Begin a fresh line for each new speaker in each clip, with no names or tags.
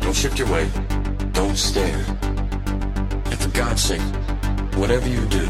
Don't shift your weight. Don't stare. And for God's sake, whatever you do,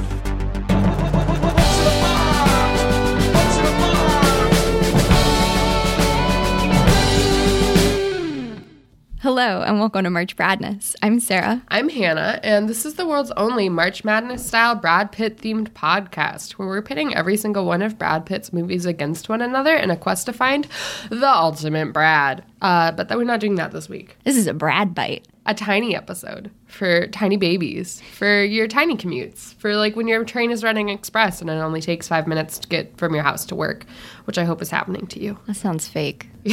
Hello, and welcome to March Bradness. I'm Sarah.
I'm Hannah, and this is the world's only March Madness style Brad Pitt themed podcast where we're pitting every single one of Brad Pitt's movies against one another in a quest to find the ultimate Brad. Uh, but that we're not doing that this week.
This is a Brad bite.
A tiny episode for tiny babies, for your tiny commutes, for like when your train is running express and it only takes five minutes to get from your house to work, which I hope is happening to you.
That sounds fake.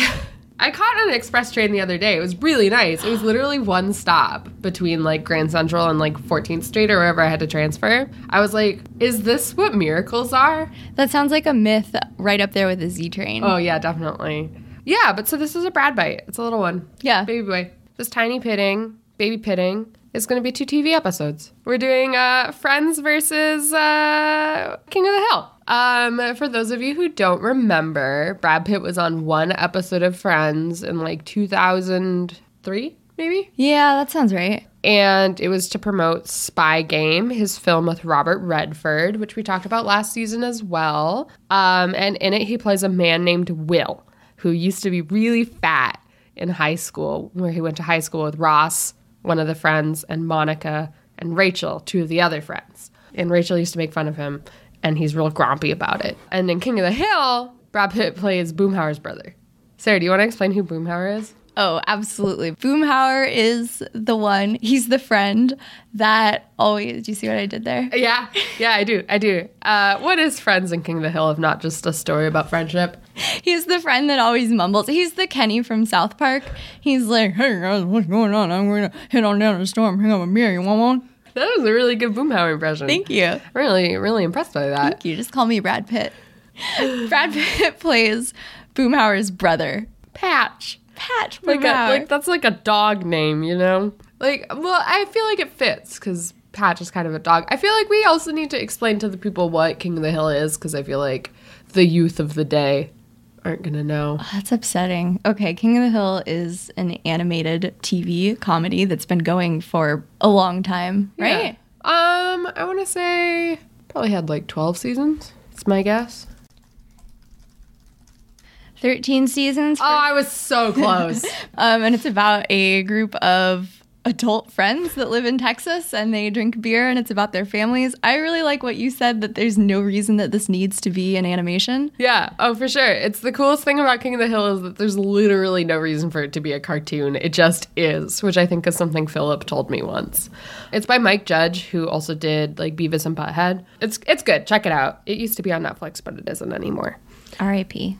I caught an express train the other day. It was really nice. It was literally one stop between like Grand Central and like 14th Street or wherever I had to transfer. I was like, is this what miracles are?
That sounds like a myth right up there with the Z train.
Oh, yeah, definitely. Yeah, but so this is a Brad bite. It's a little one.
Yeah.
Baby boy. This tiny pitting, baby pitting, is going to be two TV episodes. We're doing uh, Friends versus uh, King of the Hill. Um, for those of you who don't remember, Brad Pitt was on one episode of Friends in like 2003, maybe?
Yeah, that sounds right.
and it was to promote Spy Game, his film with Robert Redford, which we talked about last season as well. Um, and in it, he plays a man named Will, who used to be really fat in high school, where he went to high school with Ross, one of the friends, and Monica and Rachel, two of the other friends. And Rachel used to make fun of him, and he's real grumpy about it. And in King of the Hill, Brad Pitt plays Boomhauer's brother. Sarah, do you want to explain who Boomhauer is?
Oh, absolutely. Boomhauer is the one. He's the friend that always. Do you see what I did there?
Yeah, yeah, I do, I do. Uh, what is Friends and King of the Hill if not just a story about friendship?
He's the friend that always mumbles. He's the Kenny from South Park. He's like, hey guys, what's going on? I'm going to head on down to the store. I'm hanging out with Mary. You want one?
That was a really good Boomhauer impression.
Thank you.
Really, really impressed by that.
Thank you. Just call me Brad Pitt. Brad Pitt plays Boomhauer's brother.
Patch,
Patch
like a,
Boomhauer.
like that's like a dog name, you know? Like, well, I feel like it fits because Patch is kind of a dog. I feel like we also need to explain to the people what King of the Hill is because I feel like the youth of the day aren't gonna know.
That's upsetting. Okay, King of the Hill is an animated TV comedy that's been going for a long time, right?
Yeah. Um, I want to say probably had like twelve seasons. It's my guess.
13 seasons. for-
Oh, I was so close.
um, and it's about a group of adult friends that live in Texas and they drink beer and it's about their families. I really like what you said that there's no reason that this needs to be an animation.
yeah. Oh, for sure. It's the coolest thing about King of the Hill is that there's literally no reason for it to be a cartoon. It just is, which I think is something Philip told me once. It's by Mike Judge, who also did like Beavis and Butthead. It's it's good. Check it out. It used to be on Netflix, but it isn't anymore.
R.I.P.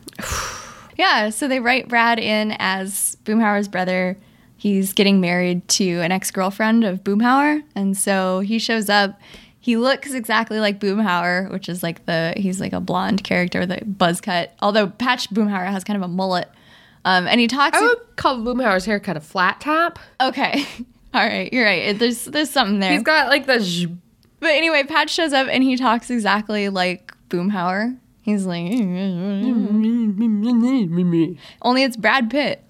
yeah, so they write Brad in as Boomhauer's brother. He's getting married to an ex girlfriend of Boomhauer. And so he shows up. He looks exactly like Boomhauer, which is like the, he's like a blonde character with a buzz cut. Although Patch Boomhauer has kind of a mullet. Um, and he talks.
I would call Boomhauer's haircut a flat top.
okay. All right. You're right. It- There's, there's something there.
He's got like the zzz-
But anyway, Patch shows up and he talks exactly like Boomhauer. He's like, only it's Brad Pitt.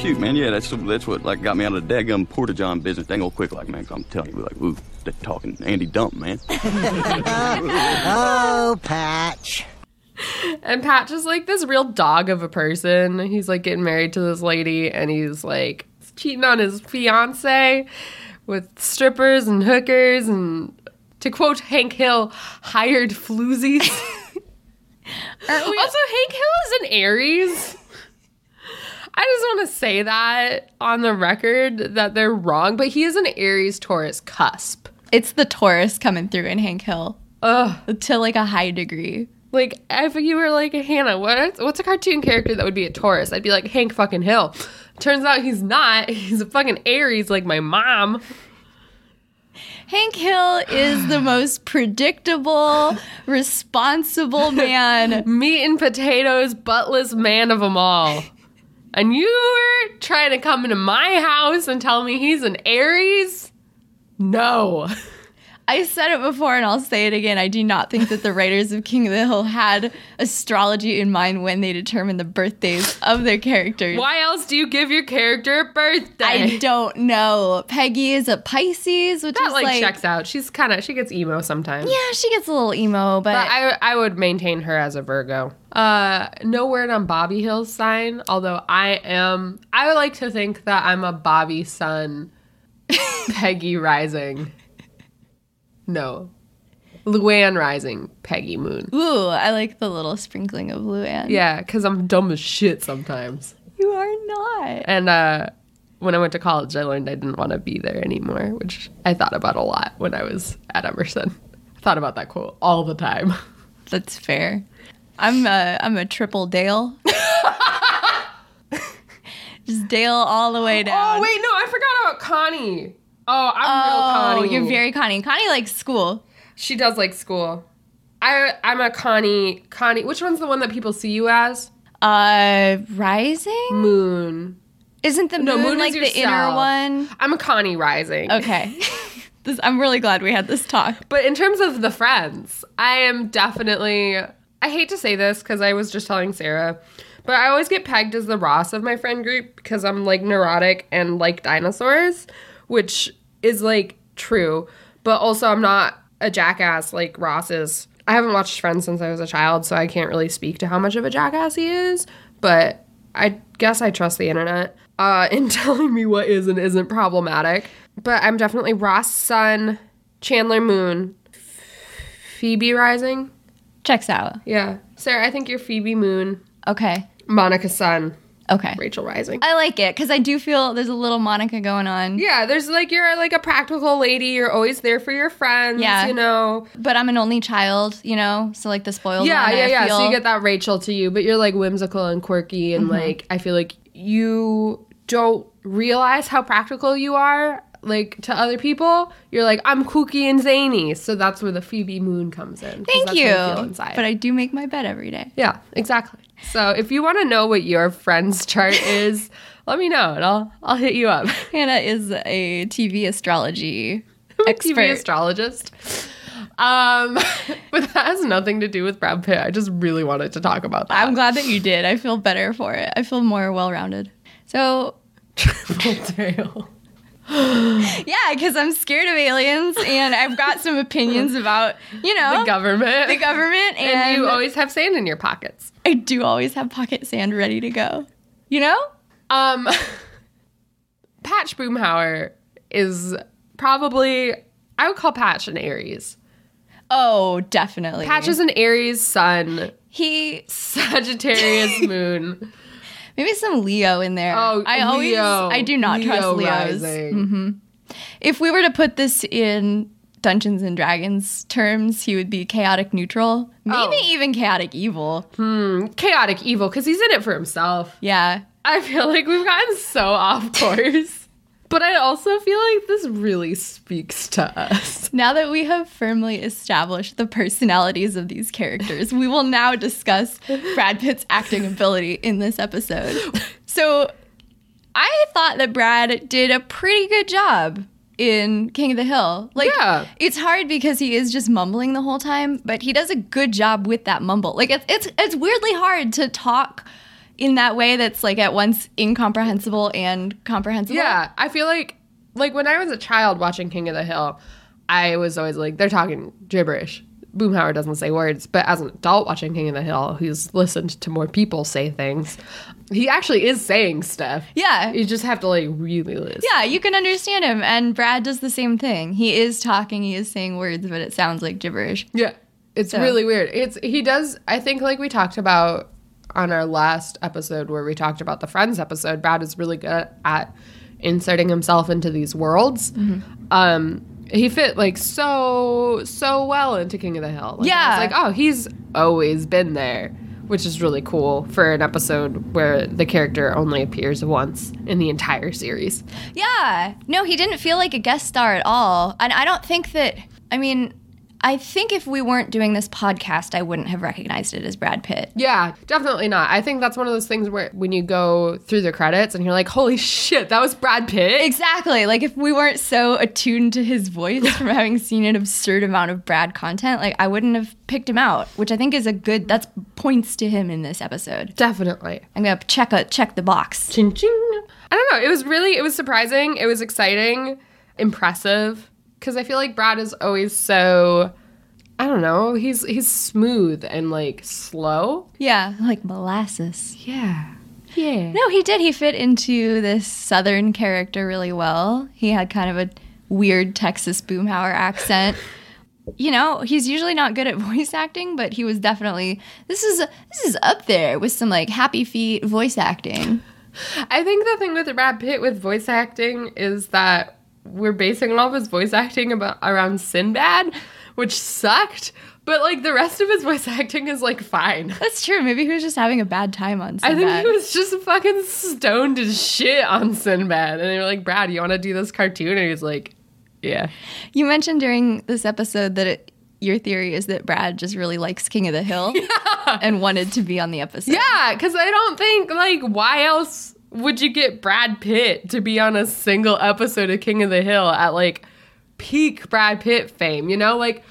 Shoot, man, yeah, that's that's what like got me out of the daggum porta john business. Dang old quick, like man, i I'm telling you, like, ooh, that talking Andy Dump, man.
Oh, Patch.
And Patch is like this real dog of a person. He's like getting married to this lady and he's like cheating on his fiance with strippers and hookers and to quote Hank Hill, hired floozies.
Aren't we-
also, Hank Hill is an Aries. I just want to say that on the record that they're wrong, but he is an Aries Taurus cusp.
It's the Taurus coming through in Hank Hill
Ugh.
to like a high degree.
Like if you were like Hannah, what what's a cartoon character that would be a Taurus? I'd be like Hank fucking Hill. Turns out he's not. He's a fucking Aries like my mom.
Hank Hill is the most predictable, responsible man.
Meat and potatoes, buttless man of them all. And you were trying to come into my house and tell me he's an Aries? No.
I said it before and I'll say it again. I do not think that the writers of King of the Hill had astrology in mind when they determined the birthdays of their characters.
Why else do you give your character a birthday?
I don't know. Peggy is a Pisces, which
that
is
like,
like,
checks out. She's kind of she gets emo sometimes.
yeah, she gets a little emo, but,
But I I would maintain her as a Virgo. Uh, no word on Bobby Hill's sign. Although I am, I would like to think that I'm a Bobby Sun, Peggy Rising. No, Luann Rising, Peggy Moon.
ooh, I like the little sprinkling of Luann.
Yeah, because I'm dumb as shit sometimes.
You are not.
And uh, when I went to college, I learned I didn't want to be there anymore, which I thought about a lot when I was at Emerson. I thought about that quote all the time.
That's fair. I'm a I'm a triple Dale. Just Dale all the way down.
Oh wait, no, I forgot about Connie. Oh, I'm
Oh,
real Connie.
you're very Connie. Connie likes school.
She does like school. I I'm a Connie. Connie. Which one's the one that people see you as?
Uh, rising
Moon.
isn't the moon,
No, moon is
like the inner
yourself.
one?
I'm a Connie Rising.
Okay, this, I'm really glad we had this talk.
But in terms of the friends, I am definitely. I hate to say this because I was just telling Sarah, but I always get pegged as the Ross of my friend group because I'm like neurotic and like dinosaurs, which is like true. But also, I'm not a jackass like Ross is. I haven't watched Friends since I was a child, so I can't really speak to how much of a jackass he is, but I guess I trust the internet uh, in telling me what is and isn't problematic. But I'm definitely Ross Sun, Chandler Moon, Phoebe Rising.
Checks out.
Yeah. Sarah, I think you're Phoebe Moon,
Okay,
Monica Sun,
okay.
Rachel Rising.
I like it because I do feel there's a little Monica going on,
yeah, there's like you're like a practical lady. You're always there for your friends.
Yeah.
You know.
but I'm an only child, you know, so like the spoiled.
yeah,
one,
yeah,
I
yeah. So
feel- Mm-hmm.
you get that Rachel to you, but you're like whimsical and quirky, and like I feel like you don't realize how practical you are. Like to other people, you're like I'm kooky and zany, so that's where the Phoebe Moon comes in. 'cause
Thank
that's
you.
How you feel inside.
But I do make my bed every day.
yeah, exactly. So if you want to know what your friend's chart is, let me know, and I'll I'll hit you up.
Hannah is a TV astrology
I'm a
expert.
TV astrologist. Um, but that has nothing to do with Brad Pitt. I just really wanted to talk about that.
I'm glad that you did. I feel better for it. I feel more well rounded. So,
Trail.
yeah, because I'm scared of aliens and I've got some opinions about, you know,
the government.
the government. And,
and you always have sand in your pockets.
I do always have pocket sand ready to go. You know?
Um, Patch Boomhauer is probably I would call Patch an Aries.
Oh, definitely.
Patch is an Aries sun,
he,
Sagittarius moon.
maybe some Leo in there.
Oh,
I always,
Leo.
I do not
Leo
trust Leos. Mm-hmm.
rising.
If we were to put this in Dungeons and Dragons terms, he would be chaotic neutral, maybe
Oh.
even chaotic evil.
Chaotic evil because he's in it for himself.
Yeah.
I feel like we've gotten so off course. But I also feel like this really speaks to us.
Now that we have firmly established the personalities of these characters, we will now discuss Brad Pitt's acting ability in this episode. So, I thought that Brad did a pretty good job in King of the Hill. Like,
Yeah.
it's hard because he is just mumbling the whole time, but he does a good job with that mumble. Like, it's it's, it's weirdly hard to talk in that way that's like at once incomprehensible and comprehensible.
Yeah, I feel like like when I was a child watching King of the Hill, I was always like they're talking gibberish. Boomhauer doesn't say words, but as an adult watching King of the Hill, who's listened to more people say things, he actually is saying stuff.
Yeah.
You just have to like really listen.
Yeah, you can understand him. And Brad does the same thing. He is talking, he is saying words, but it sounds like gibberish.
Yeah. It's really weird. It's he does I think like we talked about on our last episode where we talked about the friends episode, Brad is really good at inserting himself into these worlds. Um he fit like so so well into King of the Hill. Like,
Yeah.
I was like, "Oh, he's always been there." Which is really cool for an episode where the character only appears once in the entire series.
Yeah. No, he didn't feel like a guest star at all. And I don't think that, I mean, I think if we weren't doing this podcast, I wouldn't have recognized it as Brad Pitt.
Yeah, definitely not. I think that's one of those things where when you go through the credits and you're like, holy shit, that was Brad Pitt.
Exactly. Like if we weren't so attuned to his voice from having seen an absurd amount of Brad content, like I wouldn't have picked him out, which I think is a good that's points to him in this episode.
Definitely.
I'm gonna check a check the box.
Ching ching. I don't know. It was really, it was surprising. It was exciting, impressive. Because I feel like Brad is always so, I don't know. He's he's smooth and like slow.
Yeah, like molasses.
Yeah. Yeah.
No, he did. He fit into this southern character really well. He had kind of a weird Texas boomhauer accent. you know, he's usually not good at voice acting, but he was definitely this is this is up there with some like happy feet voice acting.
I think the thing with Brad Pitt with voice acting is that we're basing a lot of his voice acting about around Sinbad, which sucked. But like the rest of his voice acting is like fine.
That's true. Maybe he was just having a bad time on
I
Sinbad.
think he was just fucking stoned as shit on Sinbad. And they were like, Brad, you want to do this cartoon? And he was like, yeah.
You mentioned during this episode that it, your theory is that Brad just really likes King of the Hill and wanted to be on the episode.
Yeah, because I don't think, like, why else would you get Brad Pitt to be on a single episode of King of the Hill at, like, peak Brad Pitt fame, you know? Like,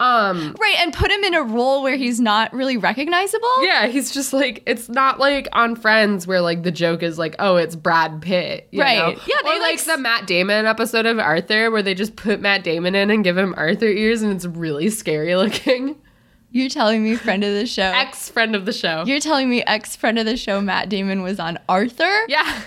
um,
Right, and put him in a role where he's not really recognizable.
yeah, he's just like, it's not like on Friends where, like, the joke is, like, oh, it's Brad Pitt, you
Right.
know?
Yeah, they,
or,
like,
like, the Matt Damon episode of Arthur where they just put Matt Damon in and give him Arthur ears and it's really scary looking.
You're telling me, friend of the show.
Ex friend of the show.
You're telling me ex friend of the show Matt Damon was on Arthur
yeah.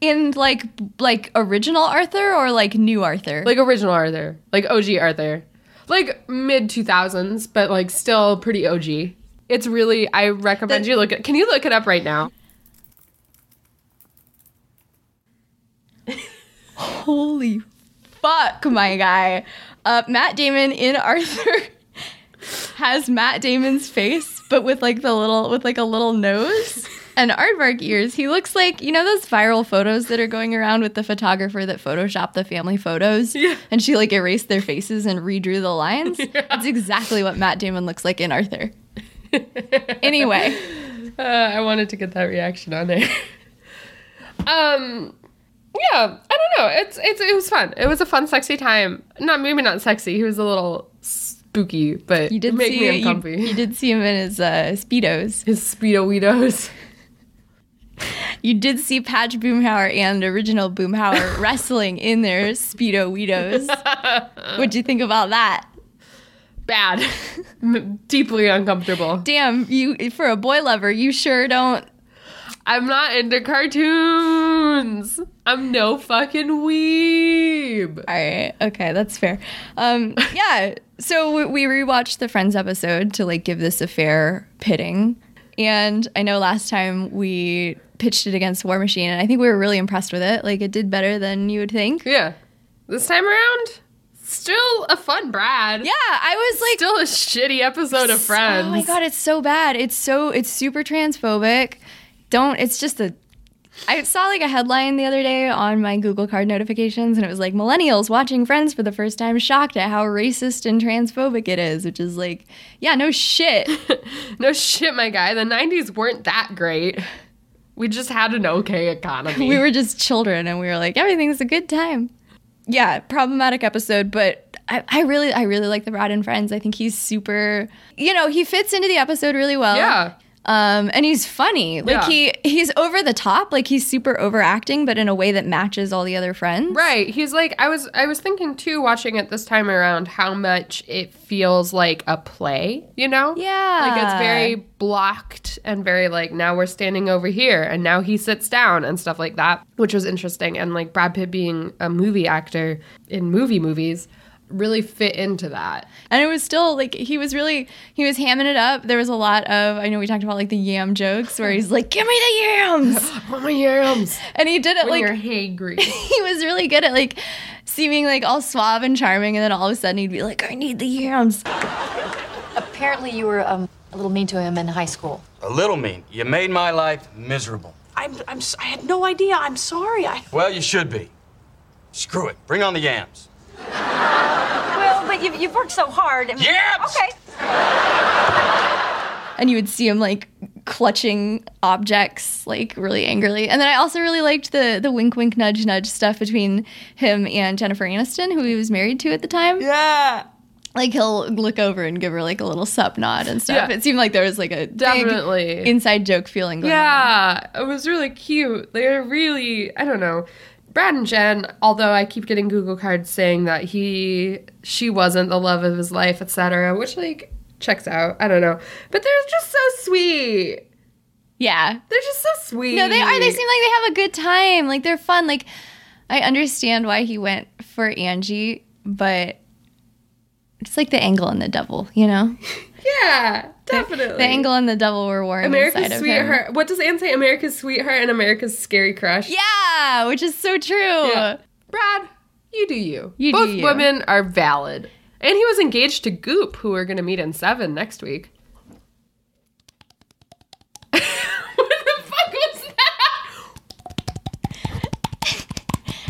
in like like original Arthur or like new Arthur?
like original Arthur, like OG Arthur, like mid two thousands, but like still pretty OG. It's really I recommend
The-
you look it. Can you look it up right now?
holy fuck, my guy. Uh, Matt Damon in Arthur has Matt Damon's face, but with like the little with like a little nose and aardvark ears. He looks like you know those viral photos that are going around with the photographer that photoshopped the family photos, and she like erased their faces and redrew the lines. That's exactly what Matt Damon looks like in Arthur. anyway.
Uh, I wanted to get that reaction on there. um, yeah, I don't know. It's it's it was fun. It was a fun, sexy time. Not maybe not sexy. He was a little spooky, but
You did
make
see
me
you-
uncomfy.
You, did see him in his uh, speedos.
His speedo weedos.
You did see Patch Boomhauer and original Boomhauer wrestling in their speedo weedos. What'd you think about that?
Bad, M- deeply uncomfortable.
Damn, you for a boy lover, you sure don't.
I'm not into cartoons. I'm no fucking weeb.
All right, okay, that's fair. Um, yeah, so we, we rewatched the Friends episode to like give this a fair pitting, and I know last time we pitched it against War Machine, and I think we were really impressed with it. Like it did better than you would think.
Yeah. This time around, still a fun Brad.
Yeah, I was like
Still a shitty episode of Friends.
Oh my god, it's so bad. It's so it's super transphobic. Don't it's just a I saw like a headline the other day on my Google card notifications and it was like millennials watching Friends for the first time shocked at how racist and transphobic it is, which is like, yeah, no shit.
No shit, my guy. The 90s weren't that great. We just had an okay economy.
we were uh, just children and we were like, everything's a good time. Yeah, problematic episode, but I, I really I really like the Brad and Friends. I think he's super you know, he fits into the episode really well.
yeah.
Um, and he's funny. Like
Yeah.
he he's over the top. Like he's super overacting, but in a way that matches all the other friends.
Right. He's like I was I was thinking too watching it this time around how much it feels like a play, you know?
Yeah.
Like it's very blocked and very like now we're standing over here and now he sits down and stuff like that, which was interesting and like Brad Pitt being a movie actor in movie movies really fit into that.
And it was still like he was really he was hamming it up. There was a lot of I know we talked about like the yam jokes where he's like, "Give me the yams,"
Oh my yams.
and he did it like
When you're hangry.
he was really good at like seeming like all suave and charming, and then all of a sudden he'd be like, "I need the yams."
Apparently, you were um, a little mean to him in high school.
A little mean. You made my life miserable.
I'm, I'm, s- I had no idea. I'm sorry. I,
Well, you should be. Screw it. Bring on the yams.
Well, but
you, you've worked so hard. I mean-
Yabs!
Okay.
and you would see him like clutching objects like really angrily. And then I also really liked the the wink wink nudge nudge stuff between him and Jennifer Aniston, who he was married to at the time.
Yeah.
Like he'll look over and give her like a little sup nod and stuff.
Yeah.
It seemed like there was like a big
Definitely.
inside joke feeling going on.
Yeah, it was really cute. They're really, I don't know. Brad and Jen, although I keep getting Google cards saying that he she wasn't the love of his life, etc., which like checks out. I don't know. But they're just so sweet.
Yeah.
They're just so sweet.
No, they are. They seem like they have a good time. Like they're fun. Like I understand why he went for Angie, but it's like the angle and the devil, you know?
Yeah, definitely.
The angle and the devil were warm
America's
inside of him.
sweetheart. What does Anne say? America's sweetheart and America's scary crush.
Yeah, which is so true.
Yeah. Brad, you do you.
You do
Both
you.
women are valid. And he was engaged to Goop, who we're going to meet in seven next week. what the fuck was that?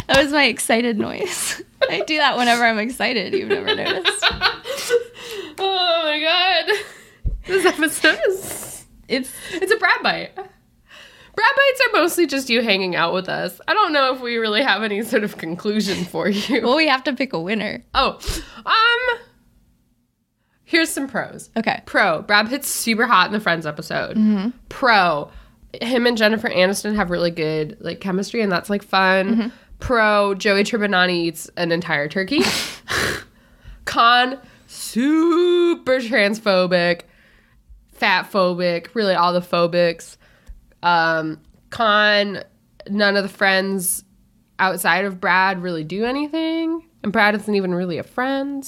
That was my excited noise. I do that whenever I'm excited. You've never noticed.
Oh my god. This episode is. It's, it's a Brad bite. Brad bites are mostly just you hanging out with us. I don't know if we really have any sort of conclusion for you.
Well, we have to pick a winner.
Oh, um, here's some pros.
Okay.
Pro, Brad Pitt's super hot in the Friends episode. Pro, him and Jennifer Aniston have really good like chemistry, and that's like fun. Pro, Joey Tribbiani eats an entire turkey. Con, super transphobic, fat phobic, really all the phobics. Um, con, none of the friends outside of Brad really do anything, and Brad isn't even really a friend.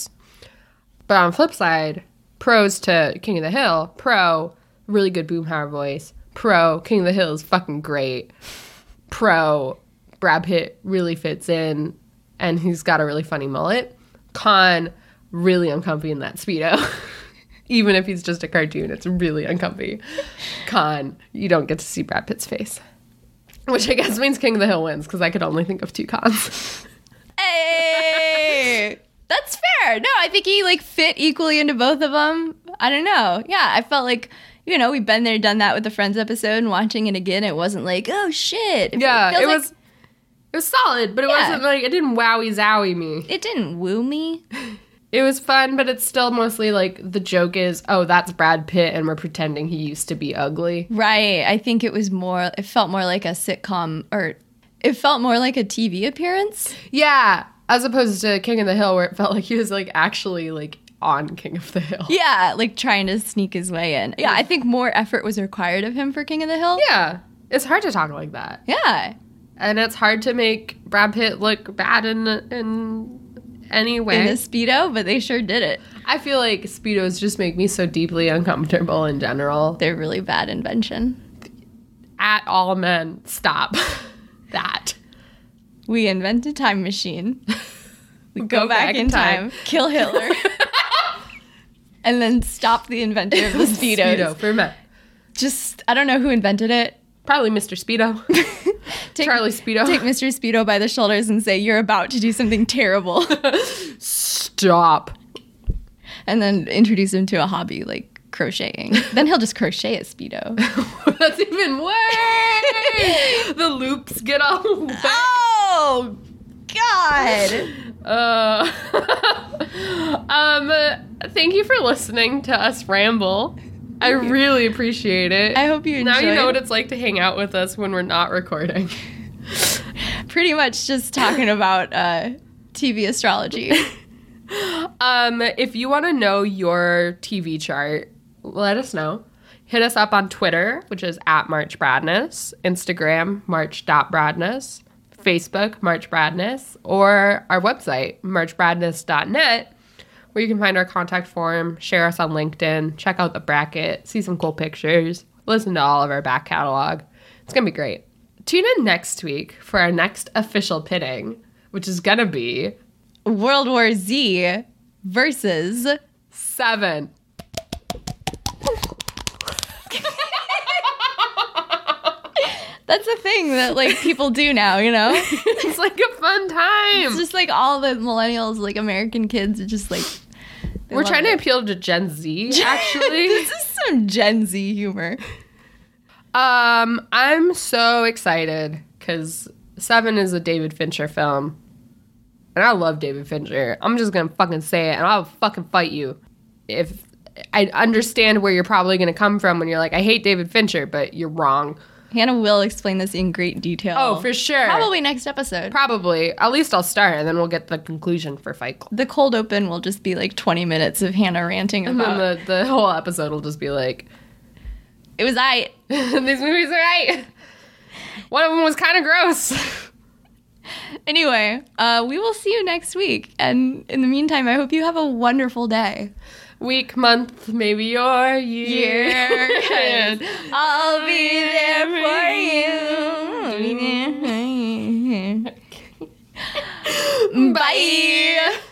But on the flip side, pros to King of the Hill, pro, really good boomhauer voice. Pro, King of the Hill is fucking great. Pro, Brad Pitt really fits in and he's got a really funny mullet. Con, really uncomfy in that Speedo. Even if he's just a cartoon, it's really uncomfy. Con, you don't get to see Brad Pitt's face. Which I guess means King of the Hill wins because I could only think of two cons.
Hey, that's fair. No, I think he like fit equally into both of them. I don't know. Yeah, I felt like you know we've been there, done that with the Friends episode, and watching it again, it wasn't like oh shit.
Yeah,
feels
it
like-
was. It was solid, but it
Yeah.
wasn't like it didn't wowie zowie me.
It didn't woo me.
It was fun, but it's still mostly like the joke is, oh, that's Brad Pitt, and we're pretending he used to be ugly.
Right. I think it was more, it felt more like a sitcom or it felt more like a TV appearance.
Yeah, as opposed to King of the Hill, where it felt like he was like actually like on King of the Hill.
Yeah. Like trying to sneak his way in. Yeah. I think more effort was required of him for King of the Hill.
Yeah, it's hard to talk like that,
Yeah.
and it's hard to make Brad Pitt look bad in in any way.
In a Speedo, but they sure did it.
I feel like speedos just make me so deeply uncomfortable in general.
They're really bad invention.
At all, men, stop that.
We invent a time machine. We go, back, in time, kill Hitler, and then stop the inventor of the Speedos.
Speedo for men.
Just, I don't know who invented it.
Probably Mr. Speedo.
Take-
Charlie Speedo.
Take Mr. Speedo by the shoulders and say, You're about to do something terrible.
Stop.
and then introduce him to a hobby like crocheting. then he'll just crochet a Speedo.
That's even worse. the loops get all wet.
oh, God.
Uh, um, uh, thank you for listening to us ramble. I really appreciate it.
I hope you
now you know
enjoyed.
what it's like to hang out with us when we're not recording.
Pretty much just talking about uh, TV astrology.
Um, if you want to know your TV chart, let us know. Hit us up on Twitter, which is at March Bradness, Instagram, March.Bradness, Facebook, March Bradness, or our website, marchbradness.net, where you can find our contact form, share us on LinkedIn, check out the bracket, see some cool pictures, listen to all of our back catalog. It's going to be great. Tune in next week for our next official pitting, which is going to be
World War Z versus.
seven.
That's a thing that like people do now, you know?
it's like a fun time.
It's just like all the millennials, like American kids, are just like They
We're
love
trying to
it.
appeal to Gen Z, actually.
this is some Gen Z humor.
um, I'm so excited because Seven is a David Fincher film. And I love David Fincher. I'm just gonna fucking say it and I'll fucking fight you. If I understand where you're probably gonna come from when you're like, I hate David Fincher, but you're wrong.
Hannah will explain this in great detail.
Oh, for sure.
Probably next episode.
Probably. At least I'll start and then we'll get the conclusion for Fight Club.
the cold open will just be like 20 minutes of Hannah ranting
And then
about
the, the whole episode will just be like,
it was I.
these movies are right. One of them was kind of gross.
Anyway, uh, we will see you next week. And in the meantime, I hope you have a wonderful day.
Week, month, maybe your year.
Year. I'll be there for you. I'll be there for you. Bye.